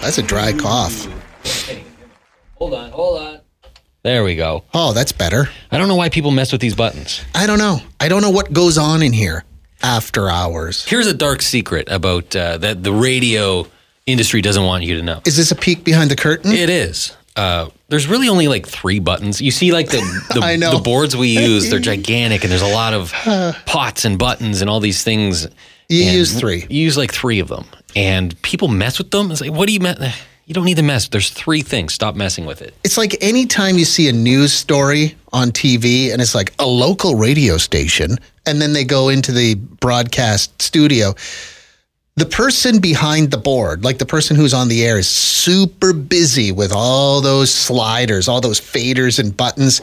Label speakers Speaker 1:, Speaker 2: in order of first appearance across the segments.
Speaker 1: That's a dry cough.
Speaker 2: Hold on, hold on. There we go.
Speaker 1: Oh, that's better.
Speaker 2: I don't know why people mess with these buttons.
Speaker 1: I don't know. I don't know what goes on in here after hours.
Speaker 2: Here's a dark secret about uh, that the radio industry doesn't want you to know.
Speaker 1: Is this a peek behind the curtain?
Speaker 2: It is. Uh, there's really only like three buttons. You see, like the the,
Speaker 1: I know.
Speaker 2: the boards we use, they're gigantic, and there's a lot of pots and buttons and all these things.
Speaker 1: You
Speaker 2: And
Speaker 1: use three.
Speaker 2: You use like three of them, and people mess with them. It's like, what do you me- eh, You don't need to mess. There's three things. Stop messing with it.
Speaker 1: It's like anytime you see a news story on TV and it's like a local radio station, and then they go into the broadcast studio. The person behind the board, like the person who's on the air, is super busy with all those sliders, all those faders and buttons.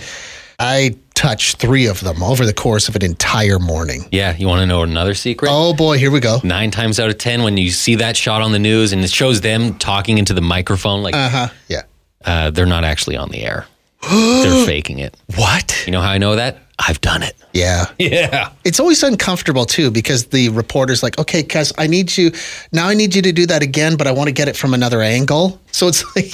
Speaker 1: I touch three of them over the course of an entire morning.
Speaker 2: Yeah, you want to know another secret?
Speaker 1: Oh boy, here we go.
Speaker 2: Nine times out of ten, when you see that shot on the news and it shows them talking into the microphone, like
Speaker 1: Uh huh. Yeah.
Speaker 2: uh, they're not actually on the air. they're faking it.
Speaker 1: What?
Speaker 2: You know how I know that? I've done it.
Speaker 1: Yeah.
Speaker 2: Yeah.
Speaker 1: it's always uncomfortable too because the reporter's like, okay, Kes, I need you now. I need you to do that again, but I want to get it from another angle. So it's like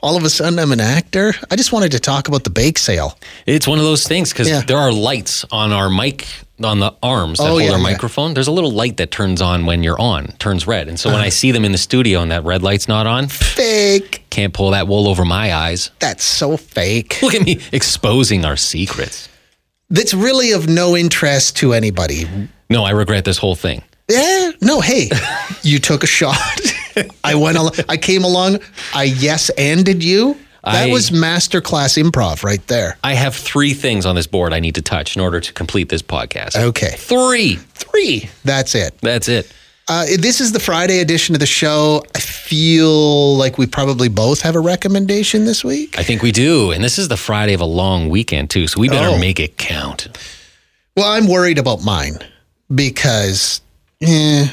Speaker 1: all of a sudden I'm an actor. I just wanted to talk about the bake sale.
Speaker 2: It's one of those things because
Speaker 1: Yeah.
Speaker 2: there are lights on our mic on the arms that
Speaker 1: Oh,
Speaker 2: hold
Speaker 1: yeah,
Speaker 2: our
Speaker 1: yeah.
Speaker 2: microphone. There's a little light that turns on when you're on, turns red. And so when I
Speaker 1: Uh-huh.
Speaker 2: see them in the studio and that red light's not on,
Speaker 1: Fake.
Speaker 2: can't pull that wool over my eyes.
Speaker 1: That's so fake.
Speaker 2: Look at me exposing our secrets.
Speaker 1: That's really of no interest to anybody.
Speaker 2: No, I regret this whole thing.
Speaker 1: Yeah. No. Hey, you took a shot. I went. Al- I came along. I yes anded you. That
Speaker 2: I-
Speaker 1: was masterclass improv right there.
Speaker 2: I have three things on this board I need to touch in order to complete this podcast.
Speaker 1: Okay.
Speaker 2: Three. Three.
Speaker 1: That's it.
Speaker 2: That's it.
Speaker 1: Uh, this is the Friday edition of the show. I feel like we probably both have a recommendation this week.
Speaker 2: I think we do. And this is the Friday of a long weekend, too. So we better
Speaker 1: Oh.
Speaker 2: make it count.
Speaker 1: Well, I'm worried about mine because eh,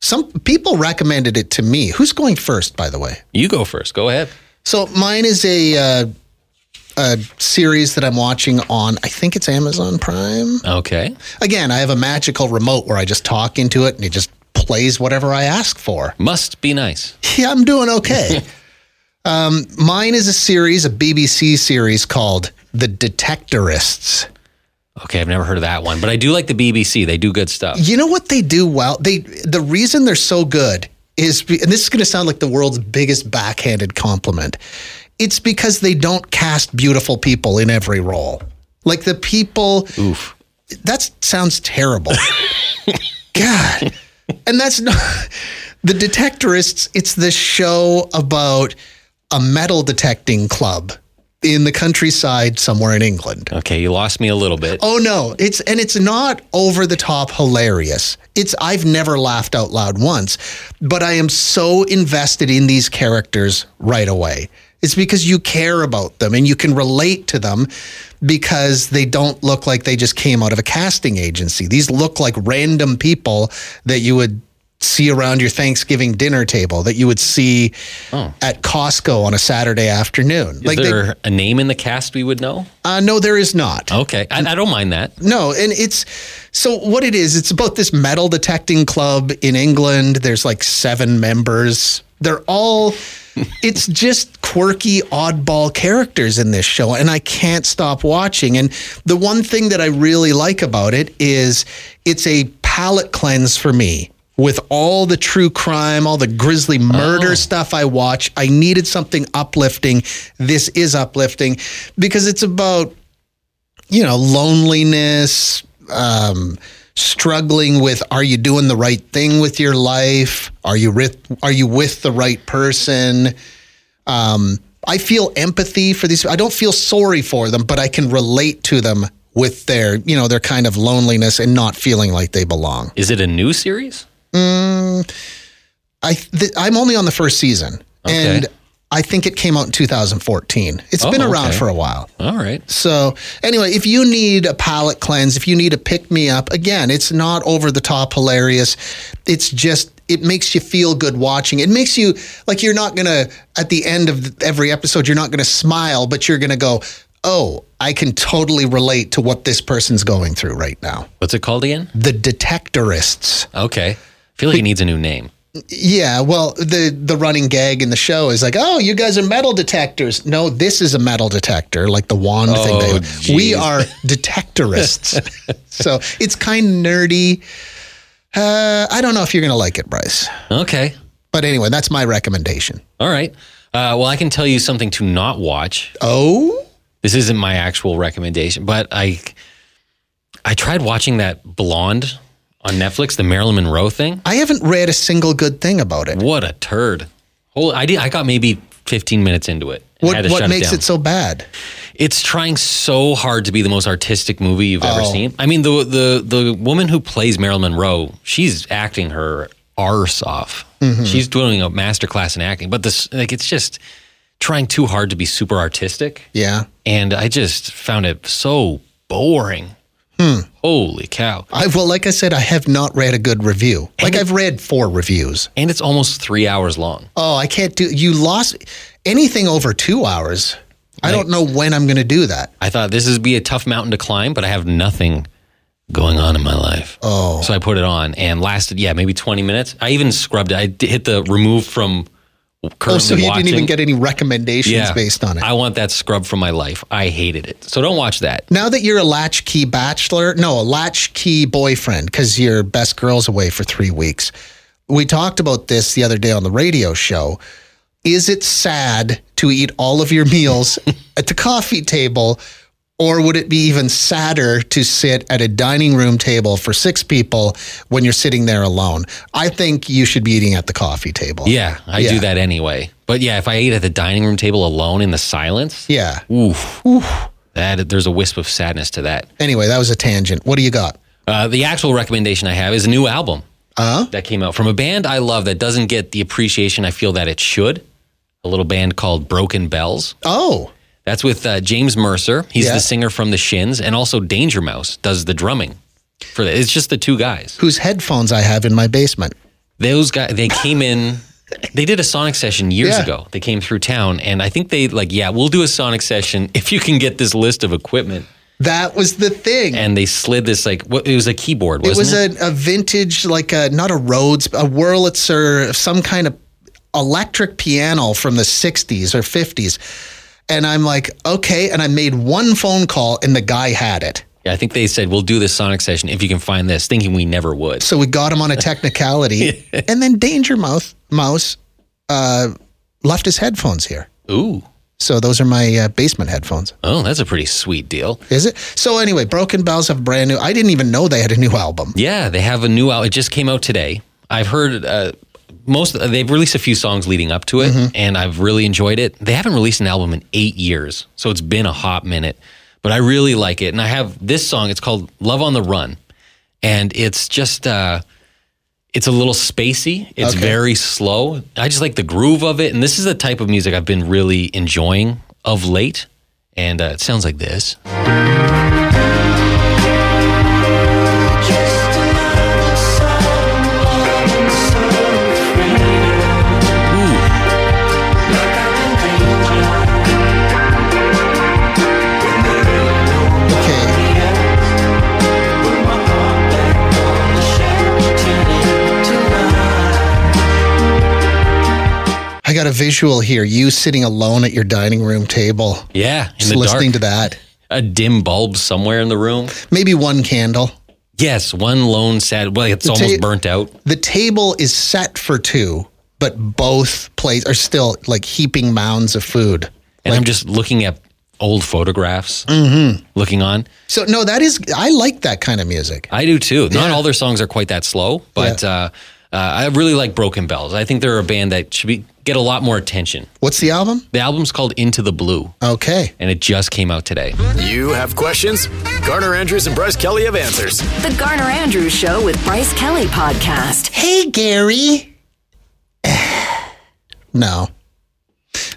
Speaker 1: some people recommended it to me. Who's going first, by the way?
Speaker 2: You go first. Go ahead.
Speaker 1: So mine is a uh, a series that I'm watching on. I think it's Amazon Prime.
Speaker 2: Okay.
Speaker 1: Again, I have a magical remote where I just talk into it and it just plays whatever I ask for.
Speaker 2: Must be nice.
Speaker 1: Yeah, I'm doing okay. um, mine is a series, a BBC series called The Detectorists.
Speaker 2: Okay, I've never heard of that one, but I do like the BBC. They do good stuff.
Speaker 1: You know what they do well? They the reason they're so good is, be- and this is going to sound like the world's biggest backhanded compliment. It's because they don't cast beautiful people in every role. Like the people. Oof. That sounds terrible. God. And that's not the detectorists, it's this show about a metal detecting club in the countryside somewhere in England.
Speaker 2: Okay, you lost me a little bit.
Speaker 1: Oh no, it's and it's not over the top hilarious. It's I've never laughed out loud once, but I am so invested in these characters right away. It's because you care about them and you can relate to them because they don't look like they just came out of a casting agency. These look like random people that you would see around your Thanksgiving dinner table, that you would see at Costco on a Saturday afternoon.
Speaker 2: Oh. Is there a name in the cast we would know?
Speaker 1: uh, no, there is not.
Speaker 2: Okay, I, I don't mind that.
Speaker 1: No, and it's so what it is, it's about this metal detecting club in England. There's like seven members. They're all it's just quirky oddball characters in this show and I can't stop watching. And the one thing that I really like about it is it's a palate cleanse for me. With all the true crime, all the grisly murder stuff I watch, I needed something uplifting. This is uplifting because it's about you know, loneliness, um, struggling with are you doing the right thing with your life? Are you with, are you with the right person? Um, I feel empathy for these. I don't feel sorry for them, but I can relate to them with their, you know, their kind of loneliness and not feeling like they belong.
Speaker 2: Is it a new series?
Speaker 1: I th- I'm only on the first season,
Speaker 2: Okay.
Speaker 1: and I think it came out in 2014. It's
Speaker 2: Oh,
Speaker 1: been around
Speaker 2: okay.
Speaker 1: for a while.
Speaker 2: All right.
Speaker 1: So anyway, if you need a palate cleanse, if you need a pick me up, again, it's not over the top hilarious. It's just it makes you feel good watching. It makes you like you're not gonna at the end of every episode you're not gonna smile, but you're gonna go, oh, I can totally relate to what this person's going through right now.
Speaker 2: What's it called again?
Speaker 1: The Detectorists.
Speaker 2: Okay. I feel like it needs a new name.
Speaker 1: Yeah, well, the the running gag in the show is like, oh, you guys are metal detectors. No, this is a metal detector, like the wand thing. They
Speaker 2: Oh,
Speaker 1: have. We
Speaker 2: geez.
Speaker 1: are detectorists. so it's kind of nerdy. Uh, I don't know if you're gonna like it, Bryce.
Speaker 2: Okay.
Speaker 1: But anyway, that's my recommendation.
Speaker 2: All right. Uh, well, I can tell you something to not watch.
Speaker 1: Oh,
Speaker 2: This isn't my actual recommendation, but I I tried watching that Blonde on Netflix, the Marilyn Monroe thing.
Speaker 1: I haven't read a single good thing about it.
Speaker 2: What a turd! Holy, I did. I got maybe 15 minutes into it. and had
Speaker 1: What
Speaker 2: to
Speaker 1: what
Speaker 2: shut
Speaker 1: makes
Speaker 2: down.
Speaker 1: it so bad?
Speaker 2: It's trying so hard to be the most artistic movie you've ever
Speaker 1: Oh.
Speaker 2: seen. I mean, the the the woman who plays Marilyn Monroe, she's acting her arse off.
Speaker 1: Mm-hmm.
Speaker 2: She's doing a masterclass in acting, but this like it's just trying too hard to be super artistic,
Speaker 1: Yeah,
Speaker 2: and I just found it so boring.
Speaker 1: Hmm.
Speaker 2: Holy cow!
Speaker 1: I well, like I said, I have not read a good review. Like I've read four reviews.
Speaker 2: And it's almost three hours long.
Speaker 1: Oh, I can't do. You lost anything over two hours. I don't know when I'm going to do that.
Speaker 2: I thought this would be a tough mountain to climb, but I have nothing going on in my life. Oh. So I put it on and lasted, yeah, maybe 20 minutes. I even scrubbed it. I d- hit the remove from currently
Speaker 1: Oh, so you
Speaker 2: watching.
Speaker 1: didn't even get any recommendations
Speaker 2: yeah,
Speaker 1: based on it.
Speaker 2: I want that scrub from my life. I hated it. So don't watch that.
Speaker 1: now that you're a latchkey bachelor, no, a latchkey boyfriend, because your best girl's away for three weeks. We talked about this the other day on the radio show. Is it sad to eat all of your meals at the coffee table, or would it be even sadder to sit at a dining room table for six people when you're sitting there alone? I think you should be eating at the coffee table.
Speaker 2: Yeah, I
Speaker 1: Yeah.
Speaker 2: do that anyway. But yeah, if I ate at the dining room table alone in the silence,
Speaker 1: Yeah.
Speaker 2: oof, that there's a wisp of sadness to that.
Speaker 1: Anyway, that was a tangent. What do you got?
Speaker 2: Uh, the actual recommendation I have is a new album
Speaker 1: Uh-huh.
Speaker 2: that came out from a band I love that doesn't get the appreciation I feel that it should. A little band called Broken Bells.
Speaker 1: Oh,
Speaker 2: That's with uh, James Mercer. He's
Speaker 1: Yeah.
Speaker 2: the singer from The Shins, and also Danger Mouse does the drumming for that. It's just the two guys.
Speaker 1: whose headphones I have in my basement.
Speaker 2: Those guys, they came in. They did a Sonic session years
Speaker 1: Yeah.
Speaker 2: ago. They came through town, and I think they like, yeah, we'll do a Sonic session if you can get this list of equipment.
Speaker 1: That was the thing.
Speaker 2: And they slid this like, what, it was a keyboard,
Speaker 1: it
Speaker 2: wasn't
Speaker 1: was a, a vintage, like a not a Rhodes, a Wurlitzer, some kind of electric piano from the '60s or '50s. And I'm like, okay. And I made one phone call, and the guy had it.
Speaker 2: Yeah, I think they said we'll do this Sonic session if you can find this, thinking we never would.
Speaker 1: So we got him on a technicality. and then Danger Mouse Mouse uh, left his headphones here.
Speaker 2: Ooh,
Speaker 1: So those are my uh, basement headphones.
Speaker 2: oh, that's a pretty sweet deal.
Speaker 1: Is it? So anyway, Broken Bells have brand new. I didn't even know they had a new album.
Speaker 2: Yeah, they have a new out. It just came out today. I've heard uh, most. They've released a few songs leading up to it,
Speaker 1: Mm-hmm.
Speaker 2: and I've really enjoyed it. They haven't released an album in eight years, so it's been a hot minute. But I really like it, and I have this song. It's called "Love on the Run," and it's just. Uh, it's a little spacey. It's
Speaker 1: Okay.
Speaker 2: very slow. I just like the groove of it, and this is the type of music I've been really enjoying of late. And uh, it sounds like this.
Speaker 1: Okay. I got a visual here. You sitting alone at your dining room table,
Speaker 2: Yeah, in
Speaker 1: just
Speaker 2: the
Speaker 1: listening
Speaker 2: dark.
Speaker 1: to that.
Speaker 2: a dim bulb somewhere in the room.
Speaker 1: Maybe one candle.
Speaker 2: Yes, one lone sad. Well, it's
Speaker 1: ta-
Speaker 2: almost burnt out.
Speaker 1: The table is set for two, but both plates are still like Mm-hmm. heaping mounds of food.
Speaker 2: And I'm just looking at old photographs looking on.
Speaker 1: So no, that is I like that kind of music.
Speaker 2: I do too. Not all their songs are quite that slow, but uh, uh, I really like Broken Bells. I think they're a band that should be, get a lot more attention.
Speaker 1: What's the album?
Speaker 2: The album's called Into the Blue,
Speaker 1: Okay.
Speaker 2: and it just came out today.
Speaker 3: You have questions? Garner Andrews and Bryce Kelly have answers.
Speaker 4: The Garner Andrews Show with Bryce Kelly Podcast.
Speaker 1: Hey Gary. no.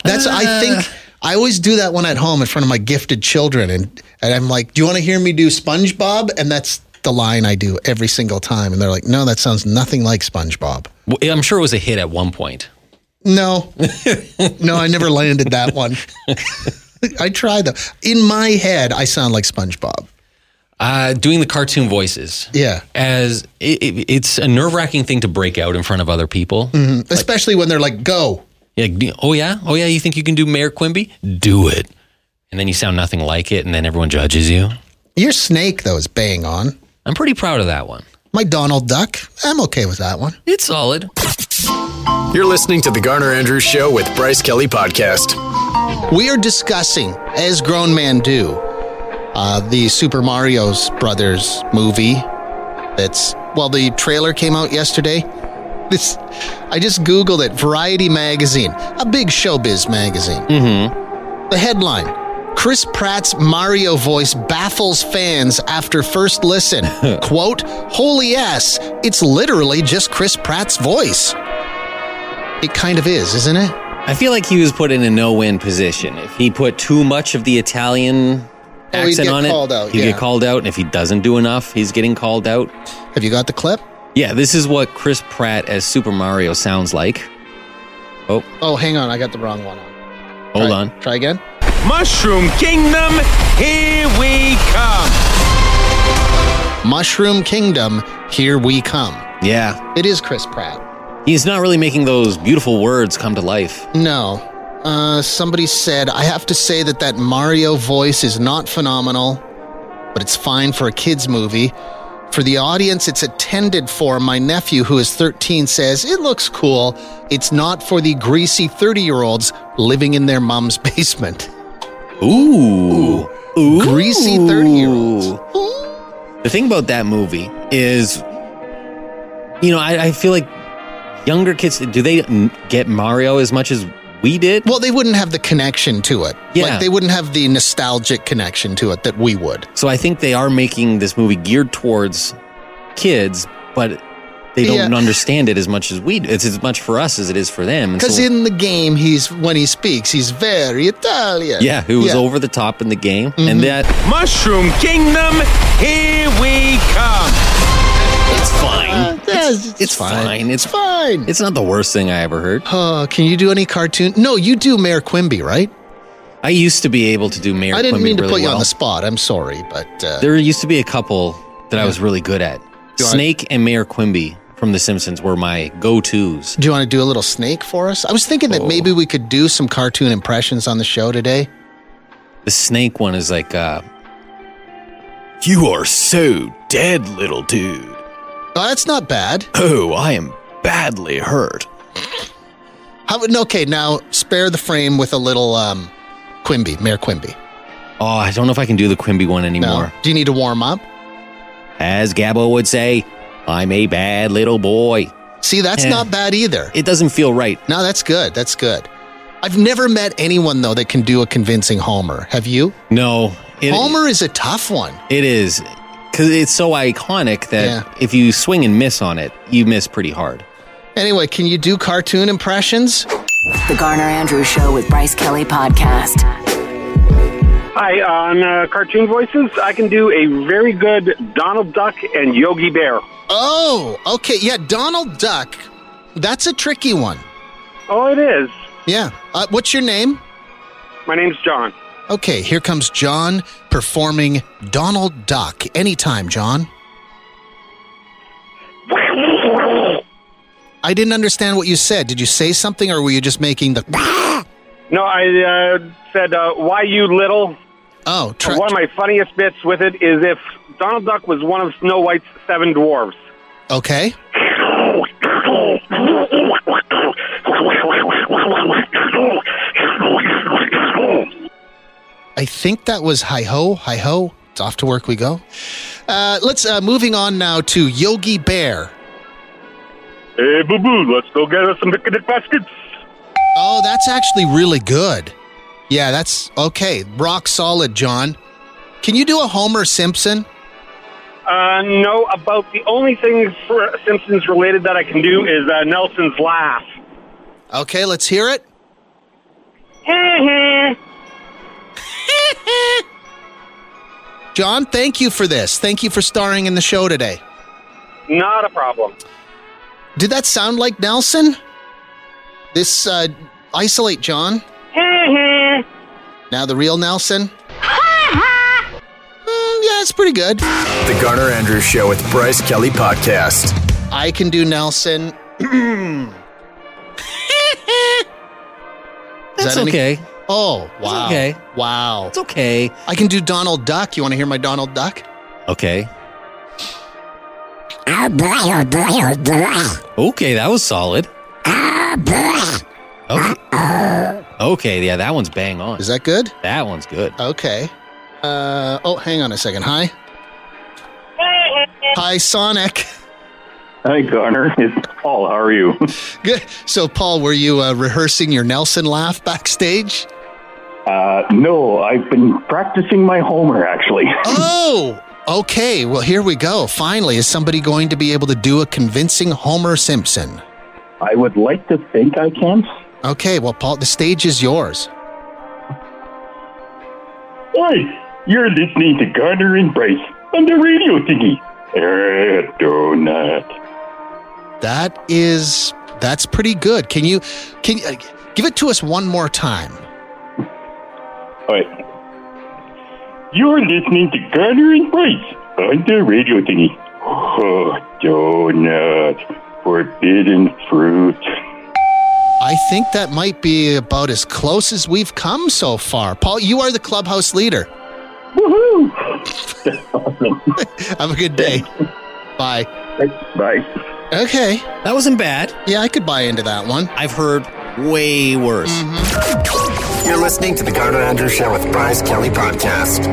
Speaker 1: That's I think I always do that one at home in front of my gifted children and and I'm like, "Do you want to hear me do SpongeBob?" and that's the line I do every single time and they're like, "No, that sounds nothing like SpongeBob."
Speaker 2: Well, I'm sure it was a hit at one point.
Speaker 1: No. no, I never landed that one. I tried though. In my head, I sound like SpongeBob.
Speaker 2: Uh, doing the cartoon voices.
Speaker 1: Yeah.
Speaker 2: As it, it, it's a nerve wracking thing to break out in front of other people.
Speaker 1: Mm-hmm. Especially when they're like, "Go."
Speaker 2: Like, oh yeah, oh yeah, you think you can do Mayor Quimby? Do it. And then you sound nothing like it, and then everyone judges you.
Speaker 1: Your snake though is bang on.
Speaker 2: I'm pretty proud of that one.
Speaker 1: My Donald Duck, I'm okay with that one.
Speaker 2: It's solid.
Speaker 3: You're listening to The Garner Andrews Show with Bryce Kelly Podcast.
Speaker 1: We are discussing, as grown men do, uh, the Super Mario Brothers movie. That's well, the trailer came out yesterday. This, I just googled it. Variety magazine, a big showbiz magazine. Mm-hmm. The headline: Chris Pratt's Mario voice baffles fans after first listen. "Quote: Holy ass! It's literally just Chris Pratt's voice. It kind of is, isn't it?
Speaker 2: I feel like he was put in a no win position. If he put too much of the Italian
Speaker 1: he'd
Speaker 2: accent
Speaker 1: get
Speaker 2: on it,
Speaker 1: called out,
Speaker 2: he'd
Speaker 1: yeah.
Speaker 2: get called out. And if he doesn't do enough, he's getting called out.
Speaker 1: Have you got the clip?
Speaker 2: Yeah, this is what Chris Pratt as Super Mario sounds like. Oh,
Speaker 1: Oh, hang on, I got the wrong one on.
Speaker 2: hold
Speaker 1: Try-
Speaker 2: on.
Speaker 1: Try again.
Speaker 5: Mushroom Kingdom, here we come.
Speaker 1: Mushroom Kingdom, here we come.
Speaker 2: Yeah.
Speaker 1: It is Chris Pratt.
Speaker 2: He's not really making those beautiful words come to life.
Speaker 1: No. Uh, somebody said, I have to say that that Mario voice is not phenomenal, but it's fine for a kid's movie. For the audience it's intended for, my nephew, who is 13, says, It looks cool. It's not for the greasy 30 year olds living in their mom's basement.
Speaker 2: Ooh. Ooh.
Speaker 1: Greasy 30-year-olds.
Speaker 2: The thing about that movie is, you know, I, I feel like younger kids, do they n- get Mario as much as we did?
Speaker 1: Well, they wouldn't have the connection to it.
Speaker 2: Yeah.
Speaker 1: Like, they wouldn't have the nostalgic connection to it that we would.
Speaker 2: So I think they are making this movie geared towards kids, but they don't
Speaker 1: Yeah.
Speaker 2: understand it as much as we do. It's as much for us as it is for them. And
Speaker 1: Because
Speaker 2: so-
Speaker 1: in the game, he's when he speaks, he's very Italian.
Speaker 2: yeah, it was
Speaker 1: Yeah. Mm-hmm.
Speaker 2: over the top in the game. And that,
Speaker 5: Mushroom Kingdom, here we come.
Speaker 2: it's fine.
Speaker 1: Uh, yeah, it's,
Speaker 2: it's fine.
Speaker 1: It's
Speaker 2: It's-
Speaker 1: fine.
Speaker 2: It's not the worst thing I ever heard.
Speaker 1: Uh, can you do any cartoon? No, you do Mayor Quimby, right?
Speaker 2: I used to be able to do Mayor
Speaker 1: I didn't
Speaker 2: Quimby
Speaker 1: mean to
Speaker 2: really
Speaker 1: put you
Speaker 2: well.
Speaker 1: on the spot. I'm sorry, but uh,
Speaker 2: There used to be a couple that I was really good at.
Speaker 1: I-
Speaker 2: Snake and Mayor Quimby from The Simpsons were my go-tos.
Speaker 1: do you want to do a little snake for us? I was thinking
Speaker 2: Oh.
Speaker 1: that maybe we could do some cartoon impressions on the show today.
Speaker 2: The snake one is like, uh,
Speaker 6: You are so dead, little dude.
Speaker 1: Oh, that's not bad.
Speaker 6: Oh, I am badly hurt.
Speaker 1: How, no, okay, now spare the frame with a little um, Quimby, Mayor Quimby.
Speaker 2: oh, I don't know if I can do the Quimby one
Speaker 1: No,
Speaker 2: anymore.
Speaker 1: do you need to warm up?
Speaker 2: As Gabbo would say, I'm a bad little boy.
Speaker 1: See, that's
Speaker 2: Yeah.
Speaker 1: not bad either.
Speaker 2: It doesn't feel right.
Speaker 1: No, that's good. That's good. I've never met anyone though that can do a convincing Homer. Have you?
Speaker 2: No, it,
Speaker 1: Homer is a tough one.
Speaker 2: it is because it's so iconic that
Speaker 1: Yeah.
Speaker 2: if you swing and miss on it, you miss pretty hard.
Speaker 1: Anyway, can you do cartoon impressions?
Speaker 4: The Garner Andrews Show with Bryce Kelly Podcast.
Speaker 7: Hi, on uh, Cartoon Voices, I can do a very good Donald Duck and Yogi Bear.
Speaker 1: Oh, okay. Yeah, Donald Duck. That's a tricky one.
Speaker 7: Oh, it is.
Speaker 1: Yeah. Uh, what's your name?
Speaker 7: My name's John.
Speaker 1: Okay, here comes John performing Donald Duck. Anytime, John. I didn't understand what you said. Did you say something or were you just making the.
Speaker 7: No, I uh, said, uh, why you little?
Speaker 1: Oh, try,
Speaker 7: one of my funniest bits with it is if Donald Duck was one of Snow White's seven dwarves.
Speaker 1: okay. I I think that was Hi Ho, Hi Ho. It's off to work we go. Uh, let's uh, moving on now to Yogi Bear.
Speaker 7: Hey, boo boo, let's go get us some picnic baskets.
Speaker 1: Oh, that's actually really good. Yeah, that's okay. Rock solid, John. Can you do a Homer Simpson?
Speaker 7: Uh, no, about the only thing for Simpsons related that I can do is uh, Nelson's laugh.
Speaker 1: Okay, let's hear it. John, thank you for this. Thank you for starring in the show today.
Speaker 7: Not a problem.
Speaker 1: Did that sound like Nelson? This uh, isolate John. now the real Nelson. Mm, yeah, it's pretty good.
Speaker 3: The Garner Andrews Show with Bryce Kelly Podcast.
Speaker 1: I can do Nelson. Is
Speaker 2: That's
Speaker 1: that any-
Speaker 2: okay.
Speaker 1: Oh wow!
Speaker 2: okay.
Speaker 1: Wow!
Speaker 2: It's okay.
Speaker 1: I can do Donald Duck. You want to hear my Donald Duck?
Speaker 2: Okay. Okay, that was solid. Okay. okay, yeah, that one's bang on.
Speaker 1: Is that good?
Speaker 2: That one's good.
Speaker 1: Okay. Uh, oh, hang on a second. Hi. Hi, Sonic.
Speaker 4: Hi, Garner. It's Paul. How are you?
Speaker 1: Good. So, Paul, were you uh, rehearsing your Nelson laugh backstage?
Speaker 4: Uh, no, I've been practicing my Homer, actually.
Speaker 1: Oh, okay. Well, here we go. Finally, is somebody going to be able to do a convincing Homer Simpson?
Speaker 4: I would like to think I can.
Speaker 1: Okay. Well, Paul, the stage is yours.
Speaker 4: Hey, you're listening to Garner and Bryce on the radio thingy. Eh, donut.
Speaker 1: That is that's pretty good. Can you can uh, give it to us one more time?
Speaker 4: All right. You're listening to Garner and Bryce on the radio thingy. Oh, donut. Forbidden fruit.
Speaker 1: I think that might be about as close as we've come so far. Paul, you are the clubhouse leader.
Speaker 4: Woohoo! That's awesome.
Speaker 1: Have a good day. Bye.
Speaker 4: Bye.
Speaker 1: Okay.
Speaker 2: That wasn't bad.
Speaker 1: Yeah, I could buy into that one.
Speaker 2: I've heard way worse.
Speaker 1: Mm-hmm.
Speaker 3: You're listening to the Garner Andrews Show with Bryce Kelly Podcast.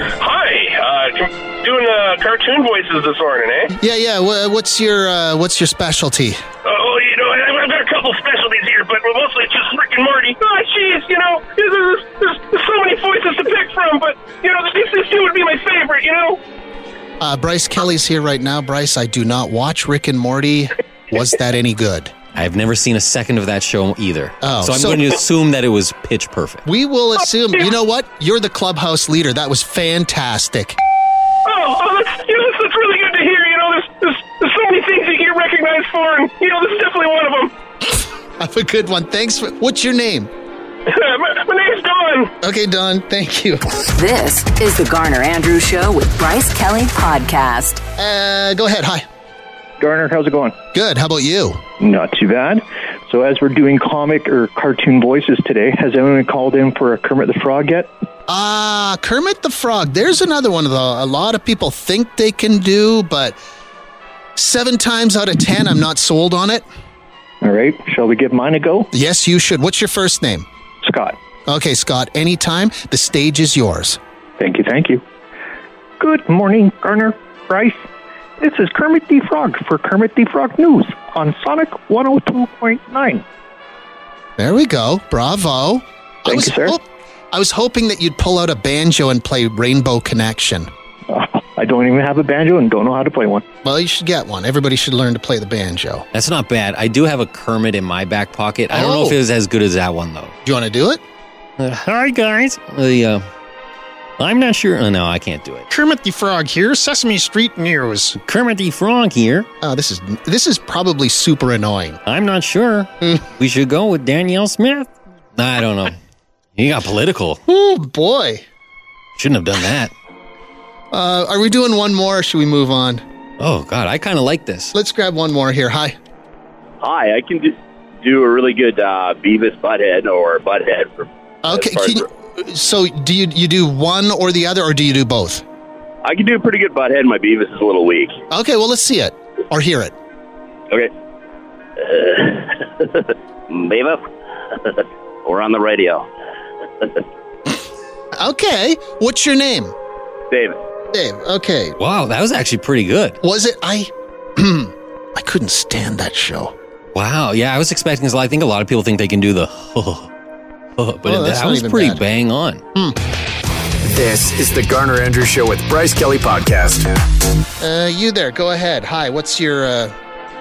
Speaker 7: Hi, uh, doing uh, cartoon voices this morning, eh?
Speaker 1: Yeah, yeah. wha- What's your uh, what's your specialty?
Speaker 7: Oh, you know, I- I've got a couple specialties here, but we're mostly just Rick and Morty. Oh, jeez, you know, there's, there's, there's, there's so many voices to pick from, but, you know, these, these two would be my favorite, you know?
Speaker 1: Uh, Bryce Kelly's here right now. Bryce, I do not watch Rick and Morty. Was that any good?
Speaker 2: I've never seen a second of that show either.
Speaker 1: Oh,
Speaker 2: so I'm
Speaker 1: so-
Speaker 2: going to assume that it was pitch perfect.
Speaker 1: We will assume. You know what? You're the clubhouse leader. That was fantastic.
Speaker 7: Oh, oh that's, you know, that's, that's really good to hear. You know, there's, there's, there's so many things you get recognized for, and, you know, this is definitely one of them.
Speaker 1: Have a good one. Thanks. For, what's your name?
Speaker 7: my, my name's Don.
Speaker 1: Okay, Don. Thank you.
Speaker 8: This is the Garner Andrews Show with Bryce Kelly Podcast.
Speaker 1: Uh, go ahead. Hi.
Speaker 4: Garner, how's it going?
Speaker 1: Good. How about you?
Speaker 4: Not too bad. So, as we're doing comic or cartoon voices today, has anyone called in for a Kermit the Frog yet?
Speaker 1: Ah, Kermit the Frog. There's another one of the a lot of people think they can do, but seven times out of ten, I'm not sold on it.
Speaker 4: All right, shall we give mine a go?
Speaker 1: Yes, you should. What's your first name?
Speaker 4: Scott.
Speaker 1: Okay, Scott. Anytime. The stage is yours.
Speaker 4: Thank you, thank you. Good morning, Garner, Bryce. This is Kermit the Frog for Kermit the Frog News on Sonic 102.9.
Speaker 1: There we go. Bravo. I
Speaker 4: Thank
Speaker 1: was
Speaker 4: you, sir.
Speaker 1: hop- I was hoping that you'd pull out a banjo and play Rainbow Connection.
Speaker 4: I don't even have a banjo and don't know how to play one.
Speaker 1: Well, you should get one. Everybody should learn to play the banjo.
Speaker 2: That's not bad. I do have a Kermit in my back pocket. I don't know if
Speaker 1: Oh.
Speaker 2: it was as good as that one, though.
Speaker 1: Do you want to do it?
Speaker 2: Uh, hi, guys. The, uh, I'm not sure. Oh, no, I can't do it.
Speaker 1: Kermit the Frog here, Sesame Street News.
Speaker 2: Kermit the Frog here.
Speaker 1: Oh, this is this is probably super annoying.
Speaker 2: I'm not sure. we should go with Danielle Smith. I don't know. You got political.
Speaker 1: Oh boy.
Speaker 2: Shouldn't have done that.
Speaker 1: Uh, are we doing one more? Or should we move on?
Speaker 2: Oh God, I kind of like this.
Speaker 1: Let's grab one more here. Hi.
Speaker 7: Hi, I can do, do a really good uh, Beavis Butthead or Butthead from
Speaker 1: Okay.
Speaker 7: As far
Speaker 1: Can
Speaker 7: as
Speaker 1: you, so do you you do one or the other, or do you do both?
Speaker 7: I can do a pretty good butthead. My Beavis is a little weak.
Speaker 1: Okay. Well, let's see it or hear it.
Speaker 7: Okay. Uh, Beavis, we're on the radio.
Speaker 1: Okay. What's your name?
Speaker 7: David.
Speaker 1: Dave. Okay.
Speaker 2: Wow, that was actually pretty good.
Speaker 1: Was it? I I couldn't stand that show.
Speaker 2: Wow. Yeah, I was expecting this. I think a lot of people think they can do the, but
Speaker 3: Oh, that's
Speaker 2: that
Speaker 3: not
Speaker 2: was
Speaker 3: even
Speaker 2: pretty
Speaker 3: bad.
Speaker 2: bang on.
Speaker 3: This is the Garner Andrews Show with Bryce Kelly Podcast.
Speaker 1: Uh, you there? Go ahead. Hi. What's your? Uh,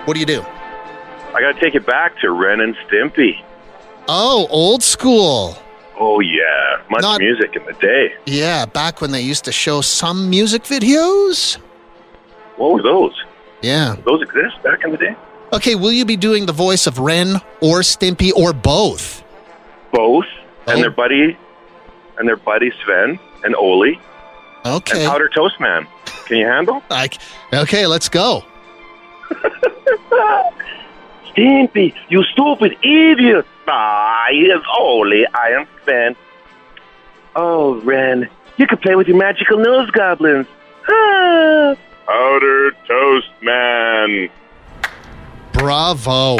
Speaker 1: what do you do?
Speaker 7: I got to take it back to Ren and Stimpy.
Speaker 1: Oh, old school.
Speaker 7: Oh yeah, much
Speaker 1: Not-
Speaker 7: music in the day.
Speaker 1: Yeah, back when they used to show some music videos.
Speaker 7: What were those?
Speaker 1: Yeah.
Speaker 7: Those exist back in the day.
Speaker 1: Okay, will you be doing the voice of Ren or Stimpy or both?
Speaker 7: Both and their buddy, and their buddy Sven and Oli.
Speaker 1: Okay.
Speaker 7: And Powder Toast Man. Can you handle?
Speaker 1: Like, okay, let's go.
Speaker 7: Stimpy, you stupid idiot! I am Oli. I am Sven. Oh, Ren, you could play with your magical nose goblins. Ah. Powder Toast Man.
Speaker 1: Bravo.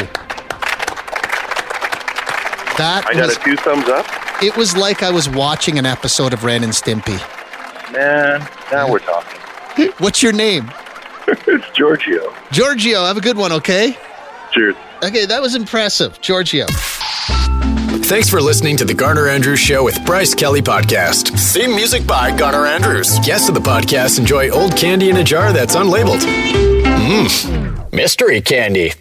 Speaker 1: That
Speaker 7: I got
Speaker 1: was,
Speaker 7: a few thumbs up.
Speaker 1: it was like I was watching an episode of Ren and Stimpy.
Speaker 7: Man, now we're talking.
Speaker 1: What's your name?
Speaker 7: it's Giorgio.
Speaker 1: Giorgio, have a good one, okay?
Speaker 7: Cheers.
Speaker 1: Okay, that was impressive. Giorgio.
Speaker 3: Thanks for listening to the Garner Andrews Show with Bryce Kelly Podcast. Theme music by Garner Andrews. Guests of the podcast enjoy old candy in a jar that's unlabeled. Mmm, mystery candy.